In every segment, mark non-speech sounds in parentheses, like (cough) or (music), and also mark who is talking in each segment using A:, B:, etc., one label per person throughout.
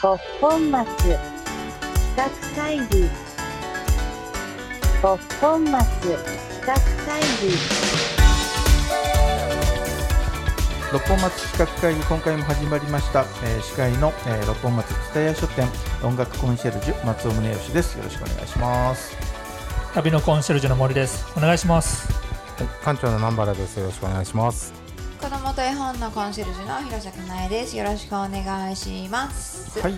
A: ごっぽん松企画会議ごっぽん松企画会議
B: 六本松企画会議今回も始まりました、えー司会の、えー六本松蔦屋書店音楽コンシェルジュ松尾宗義ですよろしくお願いします、
C: 旅のコンシェルジュの森ですお願いします
D: 館長の南原です。よろしくお願いします。
E: 子供と絵本のコンシェルジュの広瀬かなえです。よろしくお願いします。
B: はい、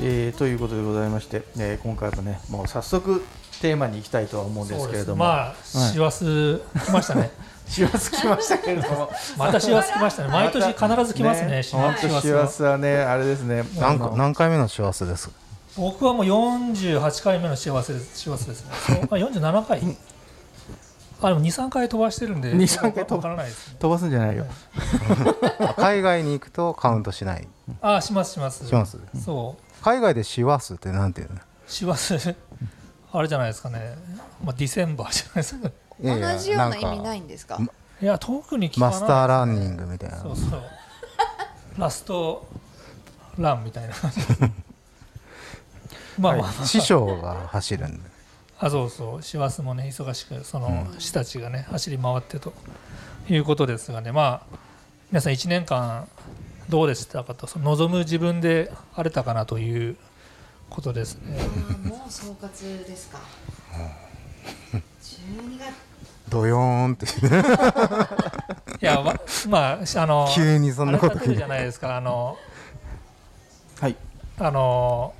B: えーということでございまして、えー今回もねもう早速テーマに行きたいとは思うんですけれども、
C: まあ師走来
B: (laughs)
C: ましたね
B: 師走来ましたけれども
C: また師走来ましたね毎年必ず来ますね師
B: 本当師
C: 走は
B: 走はねあれですね
D: 何
B: あの
D: 個何回目の幸せです。
C: 僕はもう48回目の幸せです幸せですね
B: (laughs)
C: そうあ47回あでも23回飛ばしてるんで
B: 2 3回飛ば
C: わからないですね
B: 飛ばすんじゃないよ
D: 海外に行くとカウントしない。
C: あしますします
D: します。
C: そう
D: 海外で師走ってなんていうの。
C: 師走あれじゃないですかねまあディセンバーじゃないですか
D: いやいや
E: 同じような意味ない
D: んか
E: んですか。
C: いや特に聞かない
D: マスターランニングみたいな。
C: そうそう
D: (laughs)
C: ラストランみたいなまあまあ、
D: はい師匠が走るんで。
C: あそうそう師走もね忙しくその師たちがね走り回ってということですがねまあ皆さん1年間どうでしたかとその望む自分であれたかなということですね
E: もう総括ですか。12月
D: ドヨーンってね
C: い
D: (laughs)
C: やままあしあの
D: 急にそんなこと
C: あれ立てるじゃないですかあの
B: はい
C: あの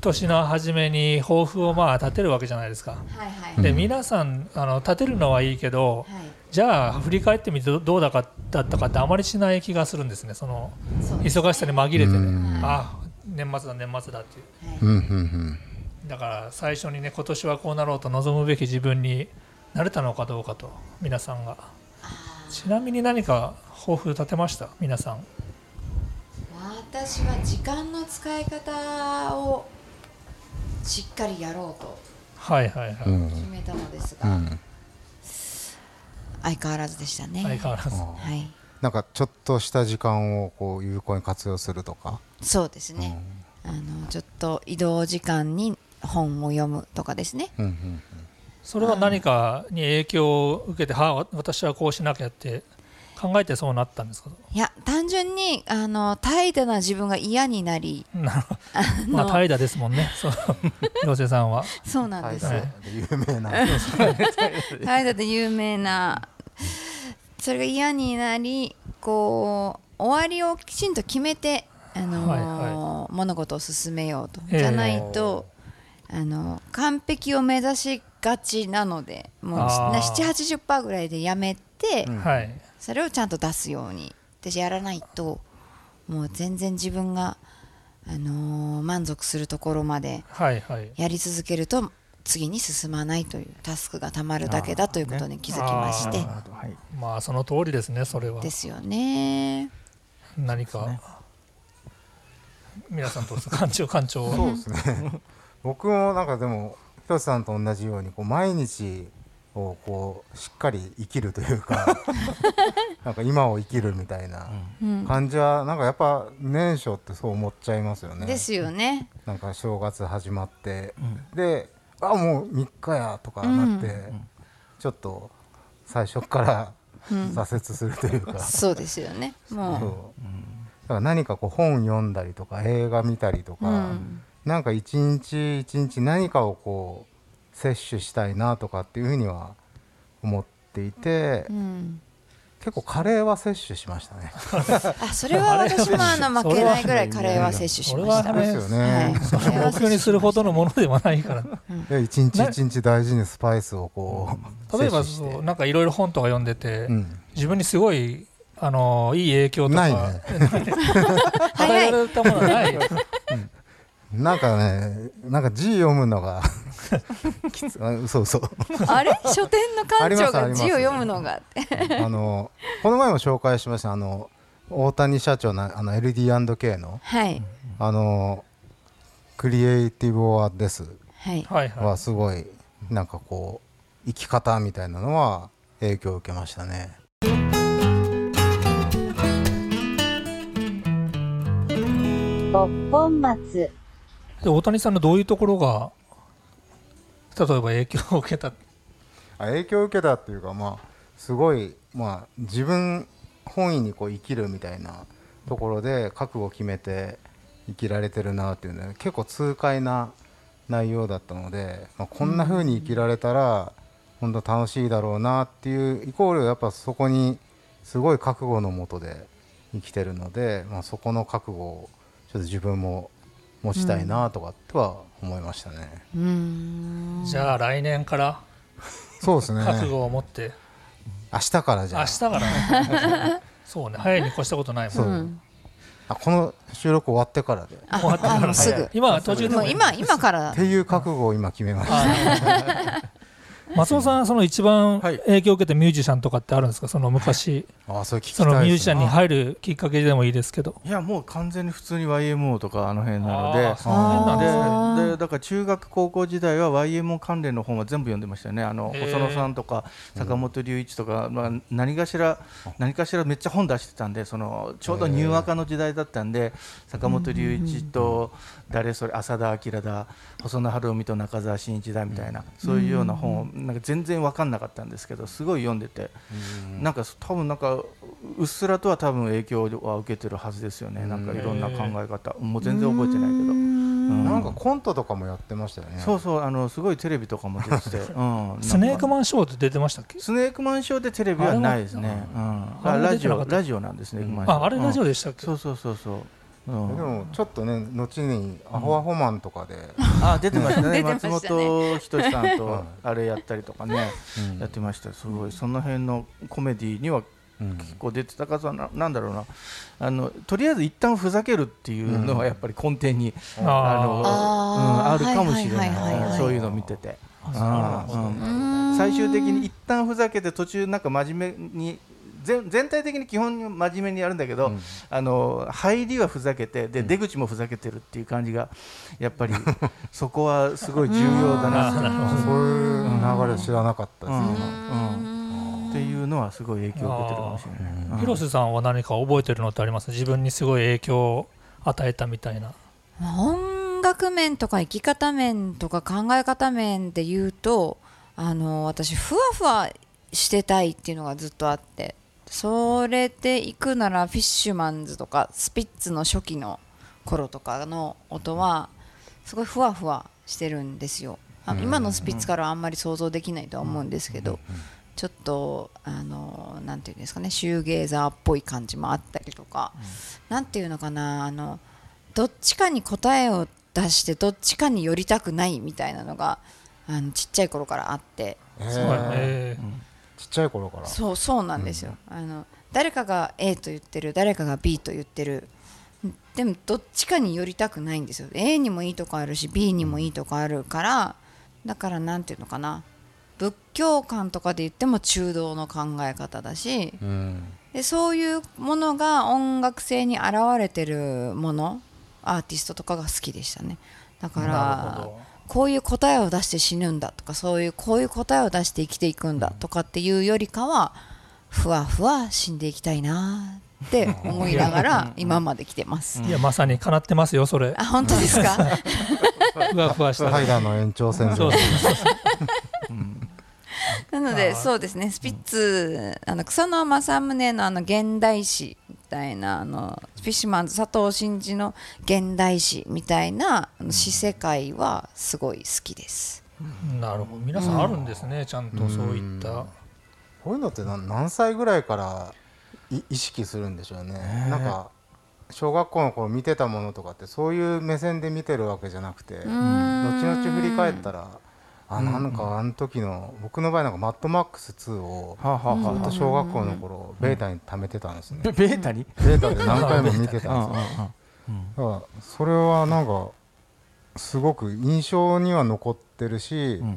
C: 年の初めに抱負をまあ立てるわけじゃないですか
E: はいはい、
D: うん
C: で皆さんあの立てるのはいいけど
E: はい
C: じゃあ振り返ってみてどどうだかだったかってあまりしない気がするんですねその
E: そうです
C: 忙しさに紛れて
D: う
C: ね
D: ん
C: あ年末だ年末だっていう
E: はい
D: うんうんうん。
C: だから最初にね今年はこうなろうと望むべき自分になれたのかどうかと皆さんが
E: あ
C: ちなみに何か抱負立てました皆さん
E: ー私は時間の使い方をしっかりやろうと
C: はいはいはい、
D: うん
E: 決めたのです
D: う
E: が、
D: ん。
E: 相変わらずでしたね。
C: 相変わらず
E: はい、
D: なんかちょっとした時間をこう有効に活用するとか。
E: そうですね。あのちょっと移動時間に本を読むとかですね。
D: うんうん
C: それは何かに影響を受けてはあわ私はこうしなきゃって考えてそうなったんですか
E: いや単純にあの怠惰な自分が嫌になり
C: なるほどまあ怠惰ですもんねそう広瀬さんは
E: そうなん
D: はい
E: です、
C: はい
D: 有名な。
E: 怠惰で有名なそれが嫌になりこう終わりをきちんと決めて、あの
C: はい
E: 物事を進めようと
C: ええ
E: じゃないと、あの完璧を目指しがちなのでもう
C: あー
E: 780%ぐらいでやめて、
C: はい
E: それをちゃんと出すように私やらないともう全然自分が、あのー満足するところまで
C: はいはい
E: やり続けると次に進まないというタスクがたまるだけだということに気づきまして、
C: あ
B: はい
C: まあその通りですねそれは
E: ですよね
C: 何か皆さんどうですか館長館長
D: そうですね僕もなんかでもひとさんと同じようにこう毎日をこうしっかり生きるという
E: (laughs)
D: かなんか今を生きるみたいな感じはなんかやっぱ年初ってそう思っちゃいますよね。
E: ですよね
D: なんか正月始まって、であもう3日やとかなって、ちょっと最初から挫折するというか。
E: そうですよね
D: そう
E: も
D: だから何かこう本読んだりとか映画見たりとか、
E: うん
D: なんか一日一日何かをこう摂取したいなとかっていうふうには思っていて、
E: う、うん、
D: 結構カレーは摂取しましたね。
E: あそれは私もあの負けないぐらいカレーは摂取し
C: それ
E: ま
C: は
E: した
C: ね
D: ですよね。
E: それは
C: 目標にするほどのものではないから
D: で一日一日大事にスパイスをこう、
C: 例えば
D: 摂取して
C: そうなんかいろいろ本とか読んでて、
D: うん
C: 自分にすごいあのいい影響とか
D: ないね
C: 与えられたものはない
D: なんかねなんか字読むのが (laughs) きつあそうそう
E: あれ書店の館長
D: あり
E: が
D: ます
E: 字を読むのがって
D: あのこの前も紹介しましたあの大谷社長のあの LD&K の
E: はい
D: あのクリエイティブ・オア・デス
E: はい
C: はいはい
D: はすごいなんかこう生き方みたいなのは影響を受けましたね。
A: ご六本松
C: で大谷さんのどういうところが例えば影響を受けた
D: あ影響を受けたっていうかまあすごいまあ自分本位にこう生きるみたいなところで覚悟を決めて生きられてるなっていうのは結構痛快な内容だったので、まあ、こんな風に生きられたら本当楽しいだろうなっていうイコールやっぱそこにすごい覚悟のもとで生きてるので、まあ、そこの覚悟をちょっと自分も持ちたいなとかとは思いましたね。
E: うーん
C: じゃあ来年から
D: そうですね
C: 覚悟を持って
D: 明日からじゃ
C: 明
D: あ
C: 日から
E: (laughs)
C: ねそうね早いに越したことないも
D: そうん
E: うん
D: あこの収録終わってからでっ
E: あ
C: 終わってから
E: あもうすぐ
C: 今は途中で
E: も
C: も
E: う
C: いい
E: 今今から
D: ていう覚悟を今決めました。
E: (laughs)
C: 松尾さんその一番
B: はい
C: 影響を受けたミュージシャンとかってあるんですかその昔
D: あそれ聞き
C: そ
D: たいですね
C: のミュージシャンに入るきっかけでもいいですけど
B: いやもう完全に普通に YMO とかあの辺なので
C: あーその辺なんですね
E: あー
B: ででだから中学高校時代は YMO 関連の本は全部読んでましたよねあの
C: へー
B: 細野さんとか坂本龍一とか、まあ、何かしら何かしらめっちゃ本出してたんでそのちょうどニューアカの時代だったんで坂本龍一と誰それ浅田明だ細野晴臣と中澤慎一だみたいなそういうような本をなんか全然分かんなかったんですけどすごい読んでてなんか多分なんかうっすらとは多分影響は受けてるはずですよねなんかいろんな考え方もう全然覚えてないけど。うん
D: なんかコントとかもやってましたよね。
B: そうそうあのすごいテレビとかも出て
C: (laughs)
B: て、うん、
C: スネーク
B: ン
C: マンショーって出てましたっけ
B: スネークマンショーでテレビはないですね。うん、
C: あれは
B: ラ
C: 出て
B: ジ
C: なか
B: オ
C: った
B: ラジオなんですね。スネークマンショー
C: ああれラジオ
B: うん
C: でしたっけ
B: そうそうそうそう。う
D: で
B: ん、
D: もちょっとね後にアホアホマンとかで、
B: あ出てましたね
C: (laughs)
E: 出てましたね
B: 松本人志さん
D: う
B: と
D: ん
B: あれやったりとかね、
D: うん
B: やってましたすごいその辺のコメディには
D: うん
B: 結構出てたかそななんだろうなあのとりあえず一旦ふざけるっていうのはやっぱり根底に、
C: うん
B: あの
E: あー
B: うん、あるかもしれない,、
E: はいはいはいはい
B: そういうの見てて。
C: あそうなるほど
B: うん
E: うーん
B: 最終的に一旦ふざけて途中なんか真面目に全全体的に基本に真面目にやるんだけど、あの入りはふざけてで、出口もふざけてるっていう感じがやっぱりそこはすごい重要だ
C: (laughs)
B: なって
D: あそういう流れ知らなかったですね。
B: うんうんっていうのはすごい影響を受けてるかもしれない。うん
C: 広瀬さんは何か覚えてるのってあります自分にすごい影響を与えたみたいな
E: 音楽面とか生き方面とか考え方面で言うとあの私ふわふわしてたいっていうのがずっとあってそれで行くならフィッシュマンズとかスピッツの初期の頃とかの音はすごいふわふわしてるんですよあ今のスピッツからはあんまり想像できないとは思うんですけどちょっとあのなんていうんですかねシューゲーザーっぽい感じもあったりとか、なんていうのかなあのどっちかに答えを出してどっちかに寄りたくないみたいなのがあのちっちゃい頃からあって
D: へ
C: はい
D: ー
C: えー
D: ちっちゃい頃から。
E: そうそうなんですよ、あの誰かが A と言ってる誰かが B と言ってるでもどっちかに寄りたくないんですよ A にもいいとこあるし B にもいいとこあるからだからなんていうのかな仏教観とかで言っても中道の考え方だし、
D: うん
E: でそういうものが音楽性に現れてるものアーティストとかが好きでしたねだか
C: なる
E: ら
C: ほど
E: こういう答えを出して死ぬんだとかそういうこういう答えを出して生きていくんだとかっていうよりかはふわふわ死んでいきたいなって思いながら今まで来てます。
C: いやまさにかなってますよそれ
E: あ本当ですか
C: ふわふわし
D: そ
C: た
D: れハイダーの延長線
C: そ
D: 上
C: う。そうそう
E: なのでそうですねスピッツあの草野正宗のあの現代史みたいなあのフィッシュマンズ佐藤真二の現代史みたいなあの詩世界はすごい好きです。
C: なるほど皆さんあるんですねちゃんとそういった
D: こういうのって何何歳ぐらいからい意識するんでしょうね。なんか小学校の頃見てたものとかってそういう目線で見てるわけじゃなくて、後々振り返ったら。あなんかあの時の僕の場合なんかマッドマックス2を
B: はあ、はあはあ
D: ずっと小学校の頃ベータに貯めてたんですね
B: ベベータに、
D: データで何回も見て
B: う
D: た
B: ん
D: ん
B: うん
D: ですよ
B: うん
D: だからそれはなんかすごく印象には残ってるし、
B: うんは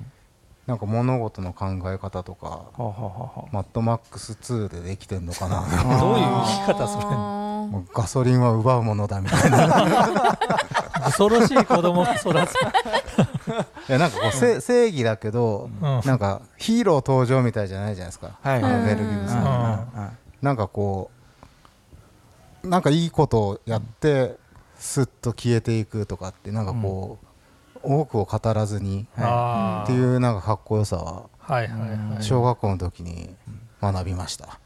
D: なんか物事の考え方とか
B: あはあはあはあ
D: マッドマックス2でできてんのかな
C: どういう生き方それ
E: あ
D: もうガソリンは奪うものだみた
B: (laughs)
D: いない
C: (laughs) 恐ろしい子供が育 (laughs) つ
D: やなんかこうせ正義だけど、
C: うん
D: なんかヒーロー登場みたいじゃないじゃないですか、
B: はいはい
D: あのベルギーさん
C: うん
D: なんかこうなんかいいことをやって、すっと消えていくとかってなんかこう、多くを語らずに
C: あー
D: っていうなんかかっこよさは
C: はいはいはい
D: 小学校の時に学びました、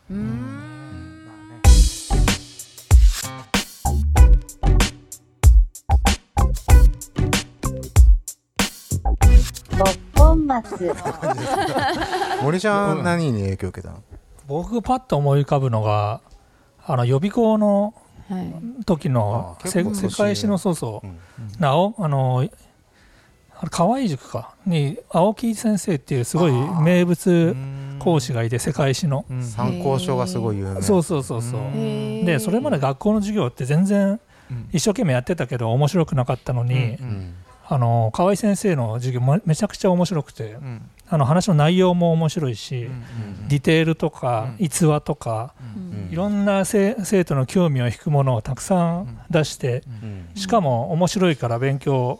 A: 六本松。
D: 森ちゃん何に影響を受けたの、
C: 僕パッと思い浮かぶのがあの予備校の
E: はい
C: 時の
D: あー
C: せ
D: 結構
C: 世
D: 年
C: 界史のそうそう、
D: うん
C: なおあのあれ河合塾かに青木先生っていうすごい名物講師がいて世界史の、
B: うん
D: 参考書がすごい有名
C: そうそうそうそう、
B: うん
E: へー
C: でそれまで学校の授業って全然
B: うん
C: 一生懸命やってたけど面白くなかったのに、
B: う
D: うんん
C: あの河合先生の授業もめちゃくちゃ面白くて
B: うん
C: あの話の内容も面白いし、
B: うん
C: ディテールとか
B: うん
C: 逸話とか、
D: うん
C: いろんな生生徒の興味を引くものをたくさん出して、
D: うん
C: しかも面白いから勉強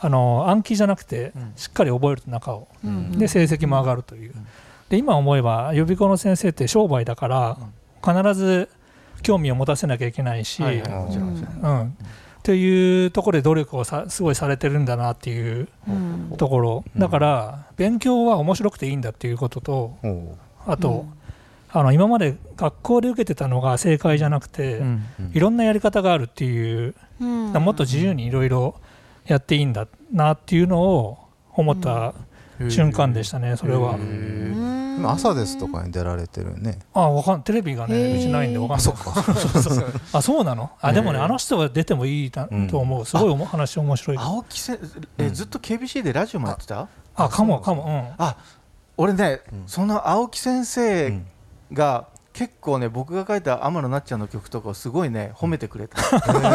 C: あの暗記じゃなくて
B: うん
C: しっかり覚えると中を
E: うん
C: で成績も上がるというで今思えば予備校の先生って商売だから必ず興味を持たせなきゃいけないし、
B: はいはいもちろんですね
C: うん、っていうところで努力をさすごいされてるんだなっていう
E: うん
C: ところだから勉強は面白くていいんだっていうことと
D: おう
C: あと、あの今まで学校で受けてたのが正解じゃなくて、
B: うん
C: いろんなやり方があるっていう
E: うん
C: もっと自由にいろいろやっていいんだなっていうのを思った瞬間でしたね、それは。
E: う
B: へ
D: で
E: ん
D: も朝ですとかに出られてるよね
C: あわかんテレビが
E: へ
C: ね
E: ー
C: うちないんでわかんないそうそうそうあ (laughs) そうなのあでもねあの人が出てもいいな
D: うん
C: と思うすごいおも話面白
B: ー
C: いあ
B: 青木せえずっと KBC でラジオもやってた
C: かもかも
B: あ俺ね
D: うん
B: その青木先
D: う
B: 生
D: ん
B: が結構ね僕が書いた天野なっちゃんの曲とかをすごいね褒めてくれた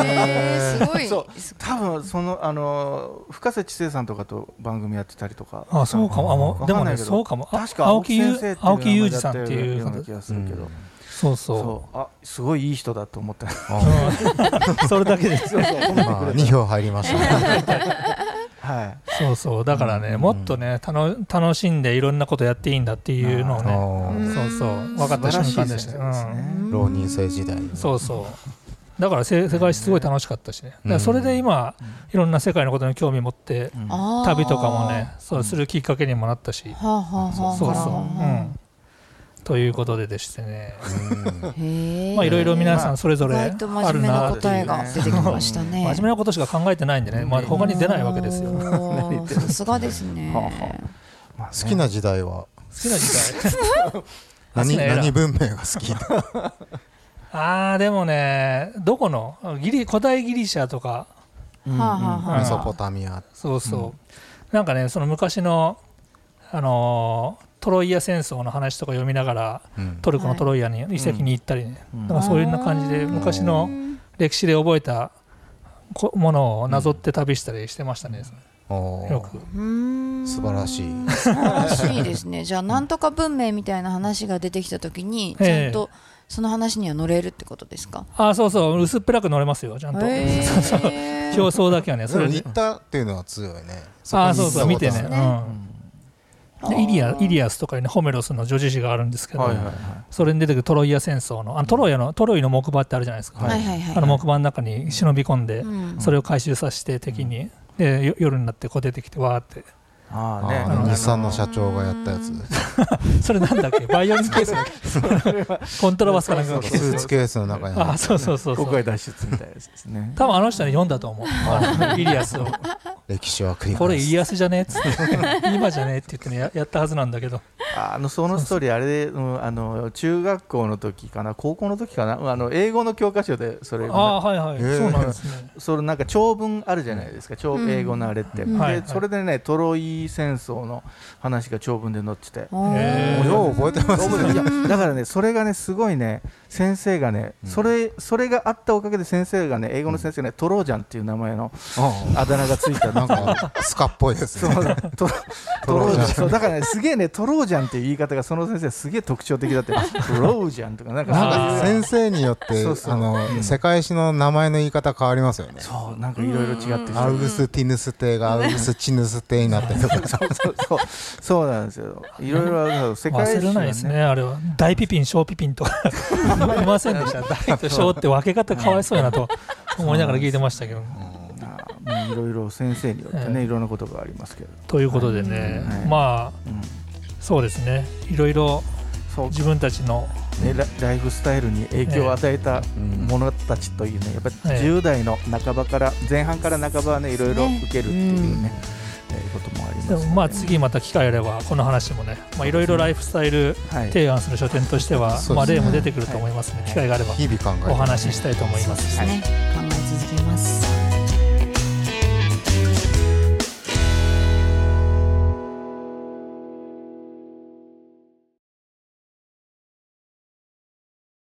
E: へ (laughs) ーすご
B: (laughs)
E: い
B: そう多分そのあの深瀬知世さんとかと番組やってたりとか
C: うんあそうかもあもう
B: わ
C: で
B: か
C: も
B: んない
C: ね
B: けど
C: そうかもあ
B: 確か青
C: 青
B: 木
C: 木
B: 先生
C: ゆ
B: って
C: 青木
B: い
C: 裕
B: う
C: 二
B: 名前
C: さ
B: だ
C: ん
B: っ
C: ったて
B: よ
C: いう
B: な
C: う
B: 気がするけど、
D: うん
C: そうそ
B: そうあすごいいい人だと思った
C: ううん (laughs) それだけで
B: そうそう褒めて
D: まあ
B: くれ
D: 2票入りましたね
B: たはい
C: そうそうだからね、
D: うん
C: もっとねたの楽しんでいろんなことやっていいんだっていうのを
D: あ
C: ね
D: ー
E: うん
C: そうそう分か
B: 素
C: った
B: 晴らし
C: 瞬
B: い
C: 間
B: で
C: で
B: し
C: したた
B: ね
C: よ、うん
E: ん
D: 浪人生時代に
C: そうそうだからせ世界史すごい楽しかったしねだからそれで今いろんな世界のことに興味持って
B: うん
E: あー
C: 旅とかもねそうするきっかけにもなったし
E: はあはあはあ
C: そう
E: は
C: そう、う
E: あ
C: ん、ということででしてね
D: うん
E: へえ
C: まあいろいろ皆さんそれぞ
E: 意
C: れあ
E: 外
C: る
E: と真面目
C: な
E: な
C: って
E: 答えが出てきました
C: (laughs)
E: ね。
C: 真面目なことしか考えてないんでね、まあ、他に出ないわけですよ好 (laughs)
E: よ。さすがですね。
B: はあはまあね
D: 好きな時代は
C: きな時代
D: 何
C: 好きな
D: 何文明が好き
C: ああでもねどこのギリ古代ギリシャとか
E: はあはあはあ
D: メソポタミア
C: そうそう、なんかねその昔の、あのートロイア戦争の話とか読みながら
D: うん
C: トルコのトロイアに遺跡に行ったりね、なんかそういうような感じで昔の歴史で覚えたこものをなぞって旅したりしてましたね、
D: おー
C: よく
E: うーん
D: 素晴らしい
E: 素晴らしいです
C: (laughs)
E: ね。じゃあなんとか文明みたいな話が出てきたときにちゃんとその話には乗れるってことですか。
C: ああそうそう薄っぺらく乗れますよちゃんと、 (laughs)
E: へえ
C: 表層だけはね
D: で
C: そ
D: も
C: れ
D: 行
C: で
D: ったっていうのは強いね
C: ああそうそう見てね、
E: そううですね
C: んでイリアイリアスとかいうねホメロスの叙事詩があるんですけど、
B: はいはいは
C: それに出てくるトロイア戦争のあのトロイアのトロイの木馬ってあるじゃないですか、
E: はいはいはい。
C: あの木馬の中に忍び込んで、
E: うん
C: それを回収させて敵に、でよ夜になってこう出てきてわーって
B: あ
D: あ
B: あね
D: ーあの日産の社長がやったやつ
C: それなんだっけバイオリンケースだっけコントラバスかなんか
D: スーツケースの中に
C: (laughs) あそうそうそうそ
B: 国
C: う
B: 外脱出みたいなやつです
C: (laughs)
B: ね
C: 多分あの人は読んだと思うあのイリアスを
D: 歴史は繰り
C: これ
D: 返
C: イ
D: す
C: リアスじゃねえっつって今じゃねえって言ってねややったはずなんだけ (laughs) ど
B: あのそのストーリーあれで、うん、あの中学校の時かな高校の時かなあの英語の教科書でそれ
C: ああーはいはい、
D: えー
C: そうなんですね
B: そのなんか長文あるじゃないですか、長英語のあれって、
C: んはい
B: でそれでねトロイ戦争の話が長文で載ってて、
E: おー
D: もうよう覚えてます
B: い
D: ね
B: やだからねそれがねすごいね先生がね、それそれがあったおかげで先生がね英語の先生がね、トロージャンっていう名前の
D: うん
B: あだ名がつい
C: (laughs)
B: た
D: な
B: の
D: んかスカっぽいです
B: そう
D: ね
B: トロトロージャ
D: トロージ
B: ン
D: ャン
B: そうだからねすげえねトロージャンっていう言い方がその先生すげえ特徴的だってトロージャンとかなんか
D: なん
B: そういう
D: か先生によって
B: そうそう
D: あの世界史の名前の言い方変わりますよね
B: そうなんかいろいろ違ってきて
D: アウグスティヌス帝がアウグスチヌス帝になったりとか
B: そうそうそうそうなんですよいろいろあるけど世界
C: 忘
B: 史
C: れ
B: は
C: ないですねあれは大ピピン小ピピンとか (laughs) いませんでした、 (laughs) 大と小って分け方かわいそうやなと思いながら聞いてましたけど。
B: あいろいろ先生によって
C: は
B: ね、いろんなことがありますけど、
C: ということでね、
B: はい
C: まあ
B: うん
C: そうですね、いろいろ
B: そう
C: 自分たちの、
B: ね、ラライフスタイルに影響を与えた
D: うん
B: 者たちというね、やっぱり
C: ええ
B: 10代の半ばから、前半から半ばはね、いろいろ受けるっていうね、えーこともあります
C: で
B: ね
C: もまあ、次また機会あれば、この話もね、まあ、いろいろライフスタイル
B: はい
C: 提案する書店としては、
D: そうですね
C: まあ、例も出てくると思いますね、機会があれば
D: 日々考えて
C: お話ししたいと思います。
E: ね考え続けます